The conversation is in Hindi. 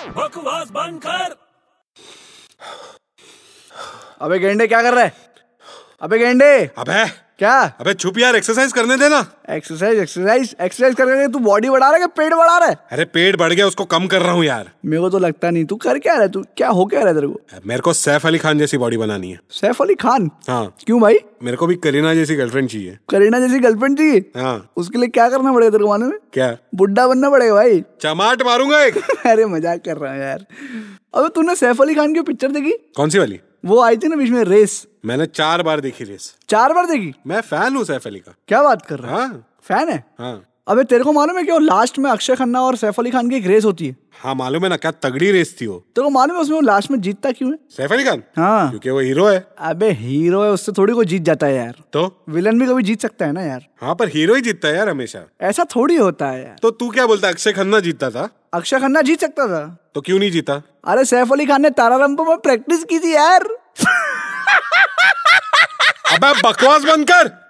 सांस बंद कर अबे गेंडे क्या कर रहा है अबे गेंडे अबे क्या अबे छुप यार एक्सरसाइज करने देना एक्सरसाइज एक्सरसाइज एक्सरसाइज कर करके तू बॉडी बढ़ा रहा है कि पेट बढ़ा रहा है अरे पेट बढ़ गया उसको कम कर रहा हूँ यार मेरे को तो लगता नहीं तू कर क्या रहा है तू क्या हो क्या रहा है तेरे को मेरे को सैफ अली खान जैसी बॉडी बनानी है सैफ अली खान हाँ क्यों भाई मेरे को भी करीना जैसी गर्लफ्रेंड चाहिए करीना जैसी गर्लफ्रेंड थी हाँ उसके लिए क्या करना पड़ेगा तेरे को मालूम है क्या बुड्ढा बनना पड़ेगा भाई चमाट मारूंगा एक अरे मजाक कर रहा हूँ यार अबे तूने सैफ अली खान की पिक्चर देखी कौन सी वाली वो आई थी ना बीच में रेस मैंने चार बार देखी रेस चार बार देखी मैं फैन हूँ सैफ अली का क्या बात कर रहा है हाँ फैन है हाँ अबे तेरे को मालूम है कि वो लास्ट में अक्षय खन्ना और सैफ अली खान की एक रेस होती है हाँ मालूम है ना क्या तगड़ी रेस थी वो तेरे को मालूम है उसमें वो लास्ट में जीतता क्यों है सैफ अली खान हाँ क्योंकि वो हीरो है अबे हीरो है उससे थोड़ी कोई जीत जाता है यार तो विलन भी कभी जीत सकता है ना यार हाँ पर हीरो ही जीतता है यार हमेशा ऐसा थोड़ी होता है यार तो तू क्या बोलता अक्षय खन्ना जीतता था अक्षय खन्ना जीत सकता था तो क्यों नहीं जीता अरे सैफ अली खान ने तारारंभ में प्रैक्टिस की थी यार अबे बकवास बंद कर